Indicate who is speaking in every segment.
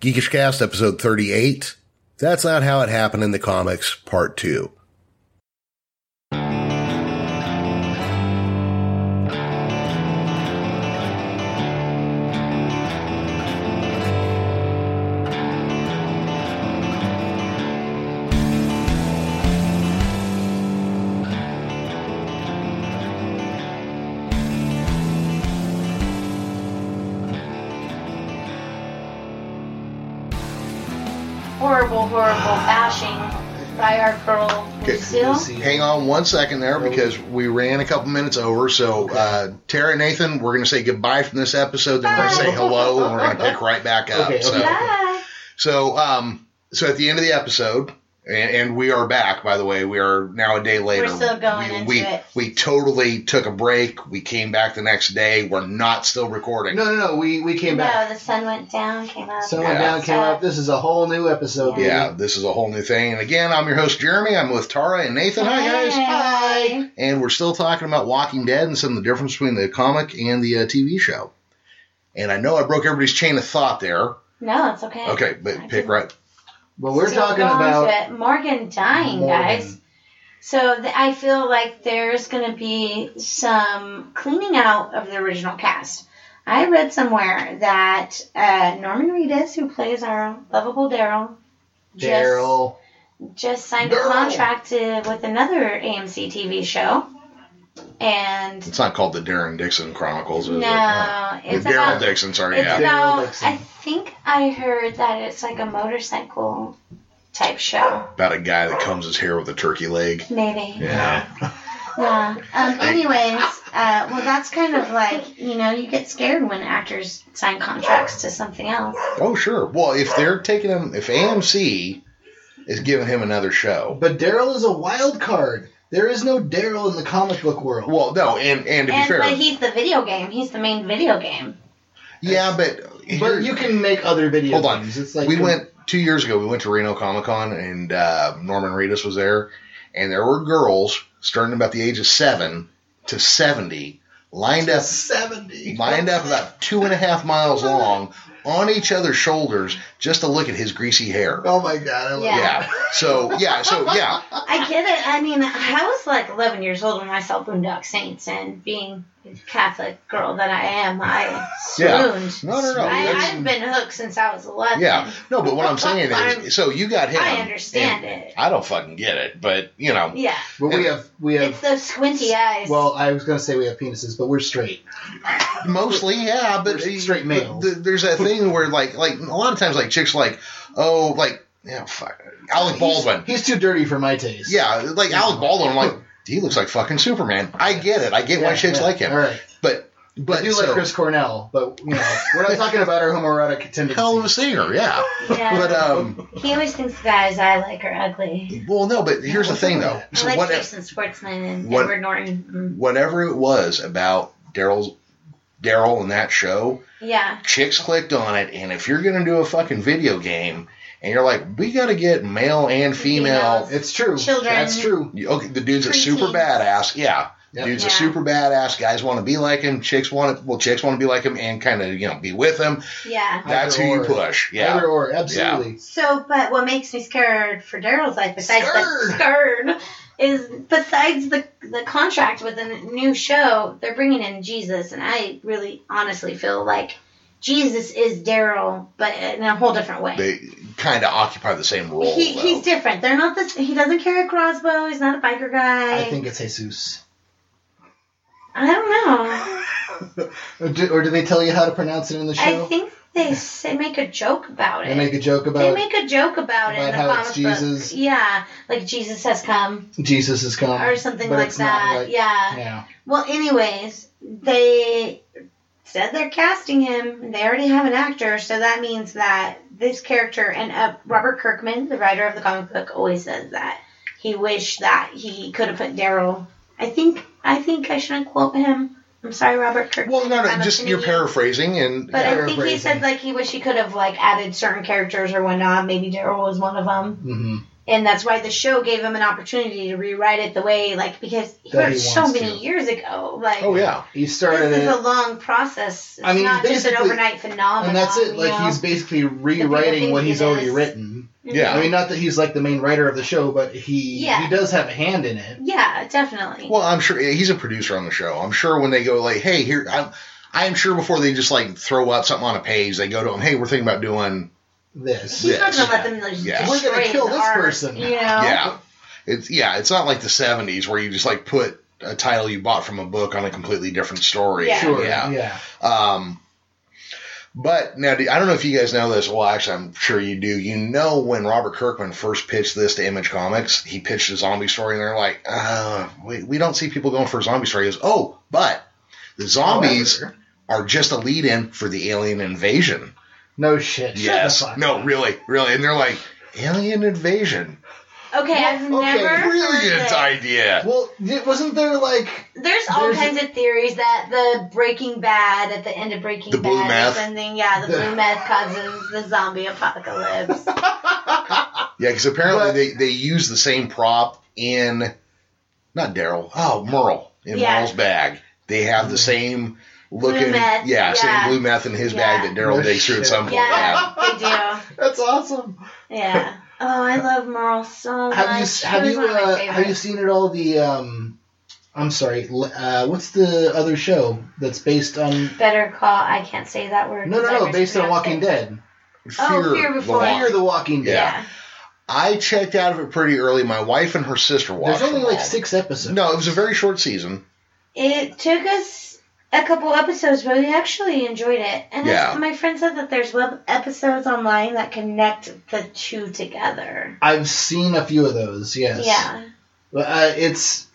Speaker 1: Geekish Cast, episode 38. That's not how it happened in the comics, part two.
Speaker 2: horrible, horrible bashing by our girl
Speaker 1: Okay.
Speaker 2: Lucille.
Speaker 1: Hang on one second there because we ran a couple minutes over. So, uh, Tara and Nathan, we're going to say goodbye from this episode. Then we're going to say hello and we're going to pick right back up.
Speaker 3: Okay, okay.
Speaker 1: So,
Speaker 2: Bye.
Speaker 1: so, um, so at the end of the episode, and, and we are back, by the way. We are now a day later.
Speaker 2: still going
Speaker 1: we,
Speaker 2: into
Speaker 1: we,
Speaker 2: it.
Speaker 1: We totally took a break. We came back the next day. We're not still recording.
Speaker 3: No, no, no. We we came back.
Speaker 2: No, the sun went down, came up.
Speaker 3: Sun went
Speaker 1: Yeah.
Speaker 3: down, came
Speaker 2: Uh,
Speaker 3: up. This is a whole new episode. baby.
Speaker 1: Yeah, this is a whole new thing. And again, I'm your host, Jeremy. I'm with Tara and Nathan. Hi, guys.
Speaker 2: Hi.
Speaker 1: And we're still talking about Walking Dead and some of the difference between the comic and the uh, TV show. And I know I broke everybody's chain of thought there.
Speaker 2: No, it's okay.
Speaker 1: Okay, but pick right.
Speaker 3: But we're
Speaker 2: Still
Speaker 3: talking
Speaker 2: going
Speaker 3: about
Speaker 2: to it. Morgan dying,
Speaker 3: Morgan.
Speaker 2: guys. So th- I feel like there's going to be some cleaning out of the original cast. I read somewhere that uh, Norman Reedus, who plays our lovable Daryl, just-
Speaker 3: Daryl.
Speaker 2: just signed
Speaker 1: Daryl.
Speaker 2: a contract to, with another AMC TV show, and
Speaker 1: It's not called the Darren Dixon Chronicles, is it? Oh,
Speaker 2: no, it's
Speaker 1: the Daryl
Speaker 2: about
Speaker 1: Dixon, sorry.
Speaker 2: it's
Speaker 1: yeah.
Speaker 2: about.
Speaker 3: Dixon.
Speaker 2: I think I heard that it's like a motorcycle type show,
Speaker 1: about a guy that combs his hair with a turkey leg.
Speaker 2: maybe.
Speaker 1: Yeah.
Speaker 2: Yeah. Um, anyways, uh, well, that's kind of like you know you get scared when actors sign contracts to something else.
Speaker 1: Oh, sure. Well, if they're taking him, if AMC is giving him another show.
Speaker 3: But Daryl is a wild card. There is no Daryl in the comic book world.
Speaker 1: Well, no, and, and to be
Speaker 2: And
Speaker 1: fair.
Speaker 2: but he's the video game. He's the main video game.
Speaker 1: yeah, but.
Speaker 3: but you can make other video
Speaker 1: Hold on.
Speaker 3: games. It's like
Speaker 1: we went two years ago. We went to Reno Comic Con, and uh, Norman Reedus was there, and there were girls starting about the age of seven to seventy lined up,
Speaker 3: seventy.
Speaker 1: lined up about two and a half miles long on each other's shoulders just to look at his greasy hair.
Speaker 3: Oh my god! I love
Speaker 2: Yeah.
Speaker 1: Yeah. So yeah. So yeah.
Speaker 2: I get it. I mean, I was like 11 years old when I saw Boondock Saints, and being the Catholic girl that I am, I
Speaker 1: Yeah.
Speaker 2: swooned.
Speaker 1: No, no, no.
Speaker 2: I,
Speaker 1: That's-
Speaker 2: I've been hooked since I was 11.
Speaker 1: yeah. No, but what I'm saying
Speaker 2: I'm-
Speaker 1: is, so you got him.
Speaker 2: I understand
Speaker 1: and
Speaker 2: it.
Speaker 1: I don't fucking get it, but you know.
Speaker 2: Yeah.
Speaker 3: But we have we
Speaker 2: It's
Speaker 3: have.
Speaker 2: those squinty eyes.
Speaker 3: Well, I was gonna say we have penises, but we're straight.
Speaker 1: Mostly, yeah, but
Speaker 3: We're straight males.
Speaker 1: th- there's that thing where like like a lot of times like chicks are like oh like yeah fuck Alec Baldwin
Speaker 3: He's, he's too dirty for my taste.
Speaker 1: yeah like Alec Baldwin I'm like he looks like fucking Superman I get it I get why
Speaker 3: Yeah,
Speaker 1: chicks
Speaker 3: yeah.
Speaker 1: like him
Speaker 3: All right.
Speaker 1: but but
Speaker 3: I do
Speaker 1: so,
Speaker 3: like Chris Cornell, but you know, we're not talking about our homoerotic tendencies.
Speaker 1: hell of a singer yeah
Speaker 2: yeah.
Speaker 1: but um
Speaker 2: he always thinks guys I like are ugly.
Speaker 1: well no but here's the thing though
Speaker 2: I
Speaker 1: so
Speaker 2: like
Speaker 1: what e-
Speaker 2: Jason Schwartzman and
Speaker 1: what-
Speaker 2: Edward Norton.
Speaker 1: whatever it was about Daryl's Daryl and that show
Speaker 2: Mm. Yeah.
Speaker 1: chicks clicked on it, and if you're gonna do a fucking video game and you're like, we gotta get male and female,
Speaker 3: It's true.
Speaker 2: Children.
Speaker 3: That's true.
Speaker 1: You- okay, the dude's a
Speaker 2: Preteens.
Speaker 1: super badass, yeah.
Speaker 3: Yep.
Speaker 1: Dude's a
Speaker 2: Yeah.
Speaker 1: super badass. Guys want to be like him. Chicks want to. Well, chicks want to be like him and kind of you know be with him.
Speaker 2: Yeah.
Speaker 1: That's who
Speaker 3: Either
Speaker 1: you
Speaker 3: or.
Speaker 1: push. Yeah.
Speaker 3: Either or, absolutely.
Speaker 2: So, but what makes me scared for Daryl's life, besides
Speaker 1: Scared.
Speaker 2: the scared, is besides the the contract with the new show, they're bringing in Jesus, and I really honestly feel like Jesus is Daryl, but in a whole different way.
Speaker 1: They kind of occupy the same role.
Speaker 2: he,
Speaker 1: though.
Speaker 2: he's different. They're not this. He doesn't carry a crossbow. He's not a biker guy.
Speaker 3: I think it's Jesus.
Speaker 2: I don't know.
Speaker 3: Or do, or do they tell you how to pronounce it in
Speaker 2: I
Speaker 3: the show?
Speaker 2: think they say, make a joke about
Speaker 3: They
Speaker 2: it.
Speaker 3: make a joke
Speaker 2: They
Speaker 3: about
Speaker 2: make a joke about, it in
Speaker 3: about
Speaker 2: the
Speaker 3: how
Speaker 2: comic
Speaker 3: it's
Speaker 2: book.
Speaker 3: Jesus.
Speaker 2: Yeah, like Jesus has come
Speaker 3: Jesus has come.
Speaker 2: or something
Speaker 3: but
Speaker 2: like
Speaker 3: it's not
Speaker 2: that.
Speaker 3: like-
Speaker 2: yeah.
Speaker 3: Yeah.
Speaker 2: Well, anyways, they said they're casting him. They already have an actor, so that means that this character and uh, Robert Kirkman, the writer of the comic book, always says that he wished that he could have put Daryl. I think I think I shouldn't quote him. I'm sorry, Robert Kirkman.
Speaker 1: Well, no,
Speaker 2: I'm
Speaker 1: no. Just you're
Speaker 2: offending you.
Speaker 1: paraphrasing, and
Speaker 2: But I think he
Speaker 3: paraphrasing.
Speaker 2: said like he wished he could have like added certain characters or whatnot. Maybe Daryl was one of them.
Speaker 3: hmm
Speaker 2: and that's why the show gave him an opportunity to rewrite it the way like because he
Speaker 3: That
Speaker 2: wrote
Speaker 3: he
Speaker 2: it so
Speaker 3: wants
Speaker 2: many
Speaker 3: to.
Speaker 2: years ago like
Speaker 1: Oh yeah.
Speaker 3: He started
Speaker 2: this is
Speaker 3: it,
Speaker 2: a long process it's
Speaker 3: I mean,
Speaker 2: not just an
Speaker 3: basically-
Speaker 2: overnight phenomenon
Speaker 3: and that's it.
Speaker 2: you
Speaker 3: Like
Speaker 2: know?
Speaker 3: he's basically rewriting what
Speaker 2: thing
Speaker 3: he's
Speaker 2: he
Speaker 3: already
Speaker 2: does.
Speaker 3: written.
Speaker 1: Yeah.
Speaker 3: I mean, not that he's like the main writer of the show, but he
Speaker 2: Yeah.
Speaker 3: he does have a hand in it.
Speaker 2: yeah definitely
Speaker 1: Well, I'm sure he's a producer on the show. I'm sure when they go like, hey, here, I'm, I am sure before they just like throw out something on a page, they go to him, hey, we're thinking about doing,
Speaker 3: This.
Speaker 2: he's not gonna
Speaker 1: yes.
Speaker 2: let them like,
Speaker 1: Yeah.
Speaker 2: destroy
Speaker 3: We're gonna
Speaker 2: his
Speaker 3: kill this
Speaker 2: art,
Speaker 3: person.
Speaker 2: you know
Speaker 1: yeah, it's yeah, it's not like the '70s where you just like put a title you bought from a book on a completely different story.
Speaker 2: Yeah.
Speaker 3: Sure.
Speaker 1: yeah.
Speaker 3: Yeah.
Speaker 1: Um, but now, do- I don't know if you guys know this. Well, actually, I'm sure you do. You know, when Robert Kirkman first pitched this to Image Comics, he pitched a zombie story, and they're like, uh, we, we don't see people going for a zombie story. He goes, oh, but the zombies
Speaker 3: However,
Speaker 1: are just a lead in for the alien invasion.
Speaker 3: No shit. Shut
Speaker 1: yes.
Speaker 3: the fuck
Speaker 1: No,
Speaker 3: up.
Speaker 1: really, really. And they're like, alien invasion.
Speaker 2: okay I've
Speaker 3: Okay,
Speaker 2: never heard
Speaker 1: Brilliant
Speaker 2: this.
Speaker 1: idea.
Speaker 3: Well, it wasn't there like
Speaker 2: There's all
Speaker 3: There's-
Speaker 2: kinds of theories that the Breaking Bad at the end of Breaking
Speaker 1: The
Speaker 2: Bad
Speaker 1: blue meth?
Speaker 2: or something. Yeah, the,
Speaker 3: The-
Speaker 2: blue meth causes the zombie apocalypse.
Speaker 1: Yeah, because apparently
Speaker 3: But-
Speaker 1: they, they use the same prop in not Daryl. Oh, Merle in
Speaker 2: Yeah. Mm-hmm.
Speaker 1: Merle's bag. They have the same looking.
Speaker 2: meth,
Speaker 1: yeah,
Speaker 2: yeah.
Speaker 1: same blue meth in his
Speaker 2: Yeah.
Speaker 1: bag that Daryl
Speaker 3: No
Speaker 1: digs through at
Speaker 3: shit.
Speaker 1: some point. Yeah.
Speaker 2: yeah, they do.
Speaker 3: that's awesome.
Speaker 2: Yeah. Oh, I love Merle so much.
Speaker 3: Have you
Speaker 2: She
Speaker 3: have
Speaker 2: was
Speaker 3: you
Speaker 2: one of my
Speaker 3: uh, have you
Speaker 2: favorites.
Speaker 3: seen at all the um? I'm sorry. l- Uh, what's the other show that's based on?
Speaker 2: Better Call? I can't say that word.
Speaker 3: No, no,
Speaker 2: 'cause I
Speaker 3: no. Based on
Speaker 2: mispronounced
Speaker 3: Walking
Speaker 2: it.
Speaker 3: Dead.
Speaker 2: Oh, Fear
Speaker 1: the
Speaker 2: Before
Speaker 1: Walk-
Speaker 3: Fear the Walking Dead.
Speaker 1: Yeah. I checked out of it pretty early. My wife and her sister watched.
Speaker 3: There's only
Speaker 1: them
Speaker 3: like
Speaker 1: all.
Speaker 3: six episodes.
Speaker 1: No, it was a very short season.
Speaker 2: It took us a couple episodes, but we actually enjoyed it. And
Speaker 1: Yeah.
Speaker 2: it's- my friend said that there's web episodes online that connect the two together.
Speaker 3: I've seen a few of those. Yes.
Speaker 2: Yeah.
Speaker 3: But, Uh, it's.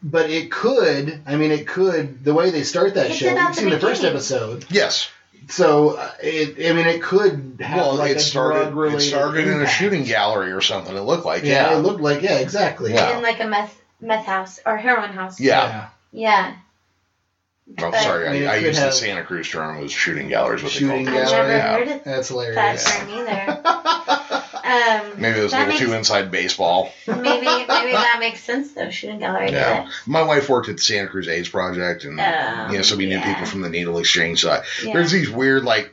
Speaker 3: But it could. I mean, it could. The way they start that
Speaker 2: It's
Speaker 3: show.
Speaker 2: about
Speaker 3: We've
Speaker 2: the
Speaker 3: seen the first
Speaker 2: beginning.
Speaker 3: episode.
Speaker 1: Yes.
Speaker 3: So uh, it. I mean, it could have
Speaker 1: well,
Speaker 3: like
Speaker 1: it
Speaker 3: a
Speaker 1: started. It
Speaker 3: drug-related
Speaker 1: started in a
Speaker 3: impact.
Speaker 1: shooting gallery or something. It looked like.
Speaker 3: Yeah,
Speaker 1: Yeah.
Speaker 3: it looked like yeah, exactly.
Speaker 1: Yeah.
Speaker 2: in like a meth meth house or heroin house.
Speaker 1: Yeah.
Speaker 2: Yeah.
Speaker 1: I'm
Speaker 2: But-
Speaker 1: Oh, sorry.
Speaker 3: I mean, it
Speaker 1: I, I
Speaker 3: could
Speaker 1: used the
Speaker 3: have-
Speaker 1: Santa Cruz term. It was shooting galleries. What
Speaker 3: Shooting
Speaker 1: they called it.
Speaker 2: I've
Speaker 3: gallery.
Speaker 2: never
Speaker 1: Yeah.
Speaker 2: heard it
Speaker 3: That's
Speaker 2: that
Speaker 3: hilarious.
Speaker 2: term either. Um,
Speaker 1: Maybe it was a
Speaker 2: that
Speaker 1: little too
Speaker 2: makes-
Speaker 1: inside baseball.
Speaker 2: Maybe maybe that makes sense though. Shooting gallery.
Speaker 1: Yeah. My wife worked at the Santa Cruz AIDS Project, and
Speaker 3: Oh,
Speaker 2: Um,
Speaker 1: you know, so we knew
Speaker 2: yeah.
Speaker 1: people from the needle exchange side.
Speaker 2: but- yeah.
Speaker 1: There's these weird like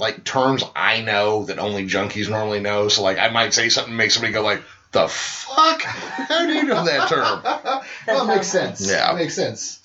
Speaker 1: like terms I know that only junkies normally know. So like I might say something and make somebody go like, "The fuck? How do you know that term?"
Speaker 3: Well, it makes
Speaker 2: That's
Speaker 3: sense.
Speaker 1: Yeah.
Speaker 3: It makes sense.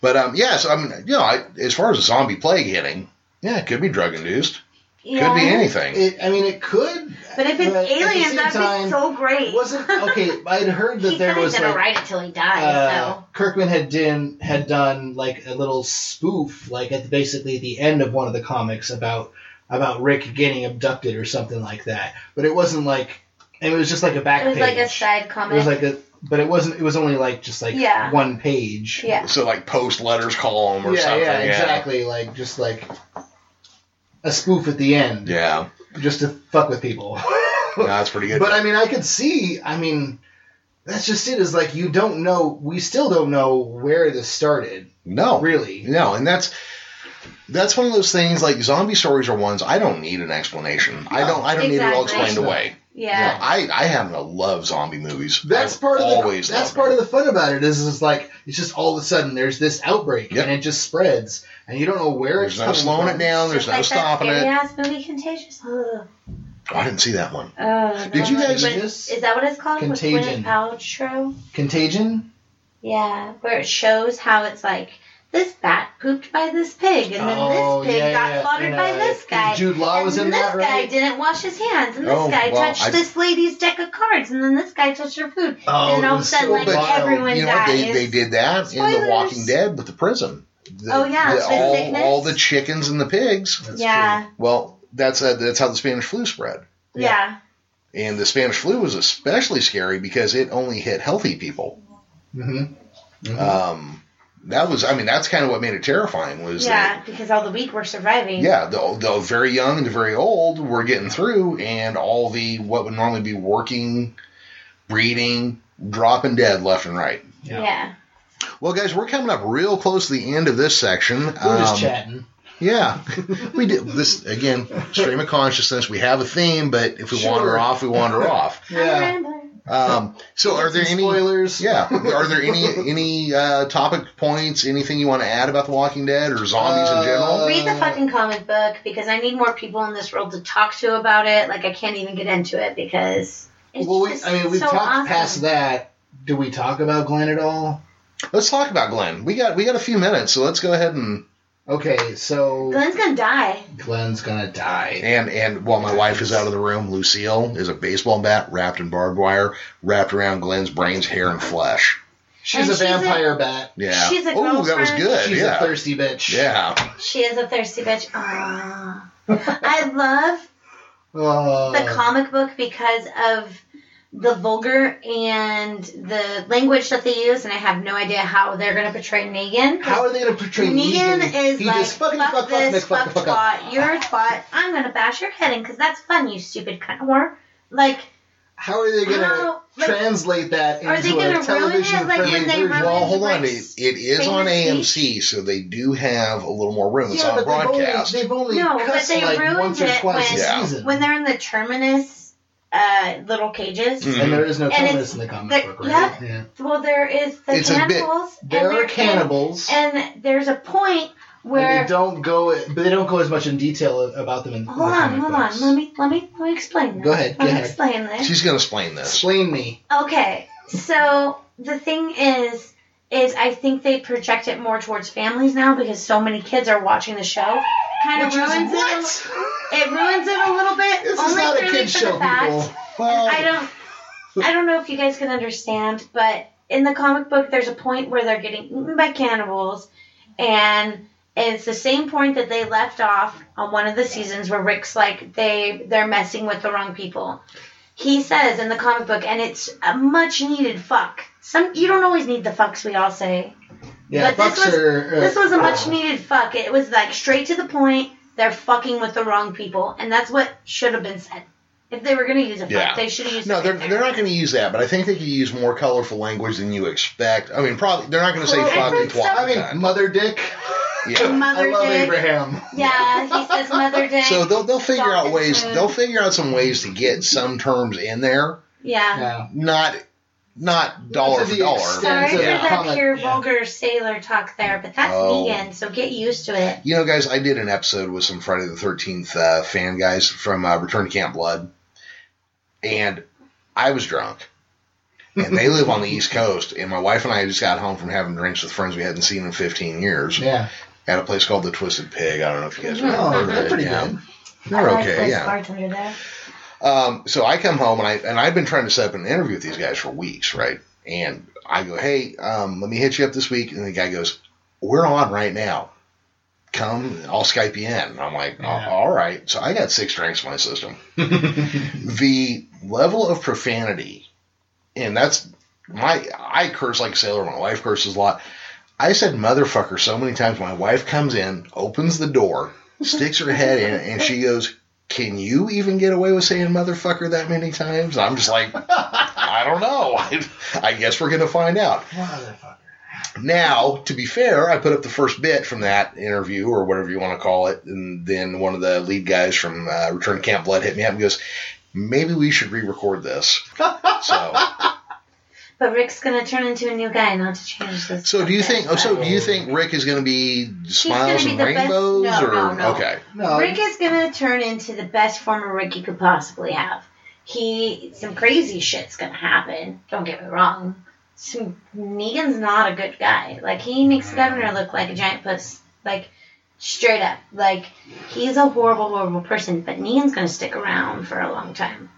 Speaker 1: But um, yeah. So I mean, you know, I, as far as the zombie plague hitting, yeah, it could be drug induced.
Speaker 2: Yeah.
Speaker 1: Could be anything.
Speaker 3: It, I mean, it could.
Speaker 2: But if it's
Speaker 3: at the
Speaker 2: aliens,
Speaker 3: same
Speaker 2: that'd
Speaker 3: time,
Speaker 2: be so great.
Speaker 3: Wasn't okay. I'd heard that
Speaker 2: He's
Speaker 3: there
Speaker 2: probably
Speaker 3: was
Speaker 2: gonna
Speaker 3: like
Speaker 2: write it till he dies.
Speaker 3: uh,
Speaker 2: so
Speaker 3: Kirkman had done had done like a little spoof, like at the, basically the end of one of the comics about about Rick getting abducted or something like that. But it wasn't like it was just like a back
Speaker 2: it was
Speaker 3: page.
Speaker 2: like a side
Speaker 3: it
Speaker 2: comment.
Speaker 3: was like a, but it wasn't. It was only like just like
Speaker 2: Yeah.
Speaker 3: one page.
Speaker 2: yeah.
Speaker 1: So like post letters column or
Speaker 3: yeah,
Speaker 1: something.
Speaker 3: yeah, exactly. Like just like a spoof at the end,
Speaker 1: Yeah.
Speaker 3: just to fuck with people.
Speaker 1: No, that's pretty good.
Speaker 3: but I mean, I could see. I mean, that's just it. Is like you don't know. We still don't know where this started,
Speaker 1: no,
Speaker 3: really.
Speaker 1: No, and that's that's one of those things like zombie stories are ones I don't need an explanation. I don't I don't need it all
Speaker 2: Exactly.
Speaker 1: explained away.
Speaker 2: Yeah.
Speaker 1: I I happen to love zombie movies.
Speaker 3: That's
Speaker 1: I've
Speaker 3: part of
Speaker 1: always
Speaker 3: the that's
Speaker 1: loved
Speaker 3: part
Speaker 1: them.
Speaker 3: of the fun about it. Is is like it's just all of a sudden there's this outbreak
Speaker 1: Yep.
Speaker 3: and it just spreads and you don't know where
Speaker 1: There's
Speaker 3: it's
Speaker 1: no
Speaker 3: coming
Speaker 1: slowing
Speaker 3: from.
Speaker 1: it down. There's
Speaker 2: Just
Speaker 1: no
Speaker 2: like
Speaker 1: stopping
Speaker 2: that
Speaker 1: it.
Speaker 2: scary ass movie Contagious. Ugh.
Speaker 1: Oh, I didn't see that one.
Speaker 2: Oh,
Speaker 1: Did you
Speaker 2: no.
Speaker 1: guys-
Speaker 2: When-
Speaker 3: Contagious?
Speaker 2: Is that what it's called?
Speaker 3: Contagion.
Speaker 2: With Gwyneth Paltrow.
Speaker 3: Contagion.
Speaker 2: Yeah, where it shows how it's like this bat pooped by this pig, and then
Speaker 3: oh,
Speaker 2: this pig
Speaker 3: yeah,
Speaker 2: got
Speaker 3: yeah.
Speaker 2: slaughtered
Speaker 3: And,
Speaker 2: by
Speaker 3: uh,
Speaker 2: this guy.
Speaker 3: Jude Law was
Speaker 2: and
Speaker 3: in
Speaker 2: this
Speaker 3: that,
Speaker 2: guy
Speaker 3: right?
Speaker 2: didn't wash his hands, and this
Speaker 1: Oh,
Speaker 2: guy
Speaker 1: well,
Speaker 2: touched
Speaker 1: I-
Speaker 2: this lady's deck of cards, and then this guy touched her food.
Speaker 3: Oh,
Speaker 2: and then
Speaker 3: it
Speaker 2: all of a
Speaker 3: was
Speaker 2: sudden,
Speaker 3: so
Speaker 2: like
Speaker 1: wild.
Speaker 2: everyone
Speaker 1: you know what?
Speaker 2: dies.
Speaker 1: They they did that in The
Speaker 2: Spoilers.
Speaker 1: Walking Dead with the prison. The-
Speaker 2: Oh, yeah,
Speaker 1: the-
Speaker 2: it's been
Speaker 1: all,
Speaker 2: sickness.
Speaker 1: all the chickens and the pigs.
Speaker 3: That's
Speaker 2: yeah,
Speaker 1: Well, that's uh that's how the Spanish flu spread.
Speaker 2: yeah,
Speaker 1: And the Spanish flu was especially scary because it only hit healthy people.
Speaker 3: true. Mhm. Mhm.
Speaker 1: Um, that was, I mean, that's kind of what made it terrifying was
Speaker 2: yeah, because all the weak were surviving.
Speaker 1: that, yeah, the, the very young and the very old were getting through, and all the what would normally be working, breeding, dropping dead left and right.
Speaker 2: yeah.
Speaker 3: Yeah.
Speaker 1: Well, guys, we're coming up real close to the end of this section.
Speaker 3: We're just
Speaker 1: Um,
Speaker 3: chatting.
Speaker 1: Yeah, we do this again. Stream of consciousness. We have a theme, but if we
Speaker 3: Sure.
Speaker 1: wander off, we wander off.
Speaker 2: I'm
Speaker 3: Yeah.
Speaker 2: rambler.
Speaker 1: Um, so, are there
Speaker 3: Some
Speaker 1: any?
Speaker 3: spoilers?
Speaker 1: Yeah, are there any any uh, topic points? Anything you want to add about The Walking Dead or zombies in general?
Speaker 3: Uh,
Speaker 2: Read the fucking comic book because I need more people in this world to talk to about it. Like I can't even get into it because it's
Speaker 3: well, we,
Speaker 2: just
Speaker 3: I mean, we've
Speaker 2: so
Speaker 3: talked
Speaker 2: awesome.
Speaker 3: past that. Do we talk about Glenn at all?
Speaker 1: Let's talk about Glenn. We got we got a few minutes, so let's go ahead and
Speaker 3: Okay, so
Speaker 2: Glenn's gonna die.
Speaker 3: Glenn's gonna die.
Speaker 1: and and while my wife is out of the room, Lucille is a baseball bat wrapped in barbed wire, wrapped around Glenn's brains, hair, and flesh.
Speaker 3: She's
Speaker 2: And
Speaker 3: a
Speaker 2: she's
Speaker 3: vampire bat.
Speaker 1: Yeah.
Speaker 2: She's a
Speaker 1: oh, that was
Speaker 2: girlfriend.
Speaker 1: good.
Speaker 3: She's
Speaker 1: yeah.
Speaker 3: a thirsty bitch.
Speaker 1: yeah.
Speaker 2: She is a thirsty bitch. Ah. I love
Speaker 3: Uh,
Speaker 2: the comic book because of the vulgar and the language that they use, and I have no idea how they're going to portray Negan.
Speaker 3: How are they gonna portray
Speaker 2: Negan,
Speaker 3: Negan?
Speaker 2: is
Speaker 3: he
Speaker 2: like,
Speaker 3: just fucking
Speaker 2: fuck,
Speaker 3: fuck, fuck,
Speaker 2: this,
Speaker 3: fuck,
Speaker 2: fuck,
Speaker 3: fuck, fuck, up.
Speaker 2: twat, you're a twat, I'm going to bash your head in because that's fun, you stupid cunt whore. Like,
Speaker 3: How are they gonna
Speaker 2: How- like,
Speaker 3: translate that into
Speaker 2: are they gonna ruin
Speaker 3: a
Speaker 2: it?
Speaker 3: television
Speaker 2: Like,
Speaker 3: friendly
Speaker 2: when they
Speaker 3: version?
Speaker 2: ruin-
Speaker 1: Well, hold
Speaker 2: like
Speaker 1: on. It, it is on
Speaker 2: famous
Speaker 1: AMC, so they do have a little more room. It's
Speaker 3: yeah,
Speaker 1: on
Speaker 3: but they've only-
Speaker 1: broadcast.
Speaker 3: They've only,
Speaker 2: No, but
Speaker 3: cussed
Speaker 2: they
Speaker 3: like
Speaker 2: ruined
Speaker 3: once or
Speaker 2: it
Speaker 3: twice a
Speaker 1: when- Yeah.
Speaker 3: season.
Speaker 2: when they're in the Terminus uh, little cages,
Speaker 1: Mm.
Speaker 3: and there is no
Speaker 2: And it's-
Speaker 3: feminist in the comic
Speaker 2: there-
Speaker 3: book, right?
Speaker 2: yeah.
Speaker 3: yeah.
Speaker 2: well, there is the
Speaker 1: It's a bit-
Speaker 2: cannibals. and
Speaker 3: There are
Speaker 2: they're-
Speaker 3: cannibals.
Speaker 2: And there's a point
Speaker 3: And
Speaker 2: where.
Speaker 3: they don't go, but they don't go as much in detail about them in in
Speaker 2: Hold
Speaker 3: the
Speaker 2: on,
Speaker 3: comic
Speaker 2: hold
Speaker 3: books.
Speaker 2: on. Let me let me let me explain this.
Speaker 3: Go ahead,
Speaker 2: Let
Speaker 3: go
Speaker 2: me
Speaker 3: ahead.
Speaker 2: explain this.
Speaker 1: She's going to explain this.
Speaker 3: Explain me.
Speaker 2: Okay, so the thing is, is I think they project it more towards families now because so many kids are watching the show. Kind of
Speaker 3: Which is
Speaker 2: ruins it. a-
Speaker 3: what?
Speaker 2: It ruins it a little bit.
Speaker 3: This
Speaker 2: only
Speaker 3: is not a
Speaker 2: purely
Speaker 3: kids
Speaker 2: for the
Speaker 3: show,
Speaker 2: fact-
Speaker 3: people.
Speaker 1: Well,
Speaker 2: I don't. I don't know if you guys can understand, but in the comic book, there's a point where they're getting eaten by cannibals, and it's the same point that they left off on one of the seasons where Rick's like they they're messing with the wrong people. He says in the comic book, and it's a much needed fuck. Some you don't always need the fucks we all say.
Speaker 3: Yeah,
Speaker 2: But this
Speaker 3: fucks
Speaker 2: was-
Speaker 3: are. uh,
Speaker 2: This was a much
Speaker 1: Uh-huh.
Speaker 3: uh,
Speaker 2: needed fuck. It was like straight to the point. They're fucking with the wrong people, and that's what should have been said. If they were gonna use it,
Speaker 1: Yeah.
Speaker 2: they should have used.
Speaker 1: No,
Speaker 2: it
Speaker 1: they're,
Speaker 2: right there.
Speaker 1: they're not going to use that, but I think they could use more colorful language than you expect. I mean, probably they're not going to say
Speaker 2: Well,
Speaker 1: fuck
Speaker 2: I
Speaker 1: and
Speaker 2: think so.
Speaker 1: twat.
Speaker 3: I
Speaker 1: all the
Speaker 3: mean,
Speaker 1: time.
Speaker 3: mother dick.
Speaker 1: yeah.
Speaker 2: Mother
Speaker 3: I love
Speaker 2: dick.
Speaker 3: Abraham.
Speaker 2: Yeah, he says Mother Day.
Speaker 1: So they'll they'll figure out
Speaker 2: Dog
Speaker 1: ways.
Speaker 2: food.
Speaker 1: They'll figure out some ways to get some terms in there.
Speaker 2: yeah.
Speaker 3: Yeah.
Speaker 1: Not not dollar
Speaker 3: to
Speaker 1: for
Speaker 3: the
Speaker 1: dollar.
Speaker 3: extent-
Speaker 2: Sorry
Speaker 1: Yeah.
Speaker 2: for that
Speaker 3: Comment,
Speaker 2: pure
Speaker 3: yeah.
Speaker 2: vulgar sailor talk there, but that's
Speaker 1: Oh.
Speaker 2: vegan, so get used to it.
Speaker 1: You know, guys, I did an episode with some Friday the Thirteenth uh, fan guys from uh, Return to Camp Blood, and I was drunk. and they live on the East Coast, and my wife and I just got home from having drinks with friends we hadn't seen in 15 years
Speaker 3: Yeah.
Speaker 1: at a place called the Twisted Pig. I don't know if you guys
Speaker 2: Mhm.
Speaker 1: remember.
Speaker 3: Oh,
Speaker 1: that,
Speaker 3: they're pretty
Speaker 1: yeah.
Speaker 3: good.
Speaker 1: They're
Speaker 2: I like
Speaker 1: okay,
Speaker 2: this
Speaker 1: yeah.
Speaker 2: bartender there.
Speaker 1: Um, so I come home and I and I've been trying to set up an interview with these guys for weeks, right? And I go, hey, um, let me hit you up this week, and the guy goes, we're on right now. Come, I'll Skype you in. And I'm like,
Speaker 3: Yeah.
Speaker 1: all right. So I got six drinks in my system. the level of profanity, and that's my I curse like a sailor. My wife curses a lot. I said motherfucker so many times. My wife comes in, opens the door, sticks her head in, and she goes, "Can you even get away with saying motherfucker that many times?" I'm just like, I don't know. I, I guess we're gonna find out.
Speaker 3: Motherfucker.
Speaker 1: Now, to be fair, I put up the first bit from that interview or whatever you want to call it, and then one of the lead guys from uh, Return to Camp Blood hit me up and goes, "Maybe we should re-record this." So,
Speaker 2: But Rick's gonna turn into a new guy, not to change this.
Speaker 1: so do you
Speaker 2: subject,
Speaker 1: think? Oh, so
Speaker 2: but-
Speaker 1: do you think Rick is going to be
Speaker 2: gonna
Speaker 1: smiles
Speaker 2: be
Speaker 1: and
Speaker 2: the best-
Speaker 1: rainbows,
Speaker 2: no,
Speaker 1: or
Speaker 2: no, no.
Speaker 1: okay?
Speaker 3: No.
Speaker 2: Rick is gonna turn into the best form of Rick you could possibly have. He some crazy shit's gonna happen. Don't get me wrong. Some, Negan's not a good guy. Like he makes
Speaker 3: Mm-hmm.
Speaker 2: the governor look like a giant puss. Like straight up. Like he's a horrible, horrible person. But Negan's gonna stick around for a long time.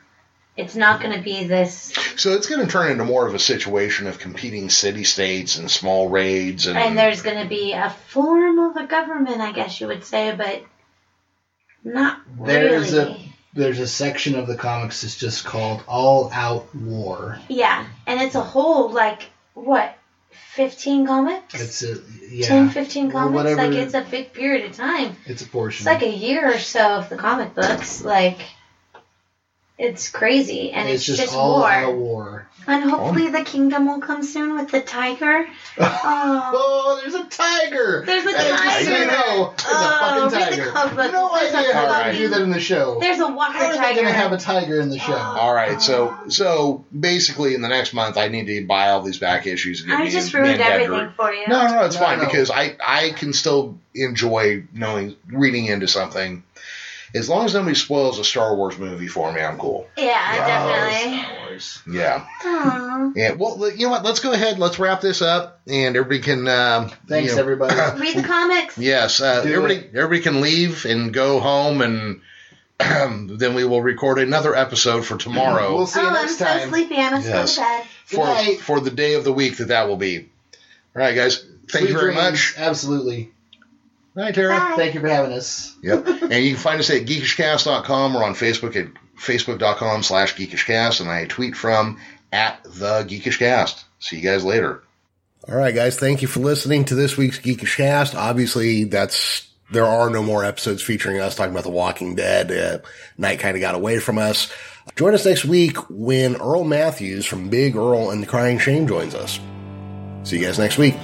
Speaker 2: It's not gonna be this.
Speaker 1: So it's going to turn into more of a situation of competing city states and small raids, and,
Speaker 2: And there's gonna be a form of a government, I guess you would say, but not
Speaker 3: There's a-
Speaker 2: really.
Speaker 3: There's a section of the comics that's just called All Out War.
Speaker 2: Yeah, and it's a whole like what, fifteen comics?
Speaker 3: It's a
Speaker 2: Ten,
Speaker 3: yeah.
Speaker 2: fifteen
Speaker 3: Well,
Speaker 2: comics. like
Speaker 3: whatever-
Speaker 2: it's a big period of time.
Speaker 3: It's a portion.
Speaker 2: It's like a year or so of the comic books. Like It's crazy, and it's, just,
Speaker 3: all
Speaker 2: war.
Speaker 3: out war.
Speaker 2: And hopefully the kingdom will come soon with the tiger. Oh,
Speaker 3: Oh, there's a tiger.
Speaker 2: There's a
Speaker 3: Hey, just
Speaker 1: tiger.
Speaker 3: so you know, there's
Speaker 2: Oh,
Speaker 3: a fucking
Speaker 2: read the
Speaker 3: tiger.
Speaker 2: cover.
Speaker 3: No
Speaker 2: There's a
Speaker 3: idea how
Speaker 1: cover.
Speaker 3: to do that in the show.
Speaker 2: there's a
Speaker 3: How
Speaker 2: walker
Speaker 3: are they
Speaker 2: tiger. Oh,
Speaker 3: gonna have a tiger in the show?
Speaker 1: All right, so so basically, in the next month, I need to buy all these back issues. And get
Speaker 2: I
Speaker 1: me and-
Speaker 2: just ruined
Speaker 1: me and Dad to
Speaker 2: everything
Speaker 1: read.
Speaker 2: for you.
Speaker 1: No, no, it's
Speaker 3: No,
Speaker 1: fine
Speaker 3: no.
Speaker 1: because I I can still enjoy knowing reading into something. As long as nobody spoils a Star Wars movie for me, I'm cool.
Speaker 2: Yeah, definitely.
Speaker 1: Yeah.
Speaker 2: Aw.
Speaker 1: Yeah. Well, you know what? Let's go ahead. Let's wrap this up, and everybody can. Um,
Speaker 3: Thanks,
Speaker 1: you know,
Speaker 3: everybody.
Speaker 2: Read the comics.
Speaker 1: Yes, uh,
Speaker 3: Do
Speaker 1: everybody, everybody can leave and go home, and then we will record another episode for tomorrow
Speaker 3: We'll see
Speaker 2: oh,
Speaker 3: you
Speaker 2: I'm
Speaker 3: next
Speaker 2: so
Speaker 3: time.
Speaker 2: sleepy. I'm a
Speaker 1: Yes.
Speaker 2: sleep bed.
Speaker 1: for
Speaker 3: Good night.
Speaker 1: for the day of the week that that will be. All right, guys. Thank
Speaker 3: Sweet
Speaker 1: you very
Speaker 3: dreams.
Speaker 1: much.
Speaker 3: Absolutely.
Speaker 1: Bye, Tara.
Speaker 2: Bye.
Speaker 3: Thank you for having us.
Speaker 1: Yep. and you can find us at geekishcast.com or on Facebook at facebook.com slash geekishcast. And I tweet from at the geekishcast. See you guys later. All right, guys. Thank you for listening to this week's Geekish Cast. Obviously, that's there are no more episodes featuring us talking about The Walking Dead. Uh, night kind of got away from us. Join us next week when Earl Matthews from Big Earl and the Crying Shame joins us. See you guys next week.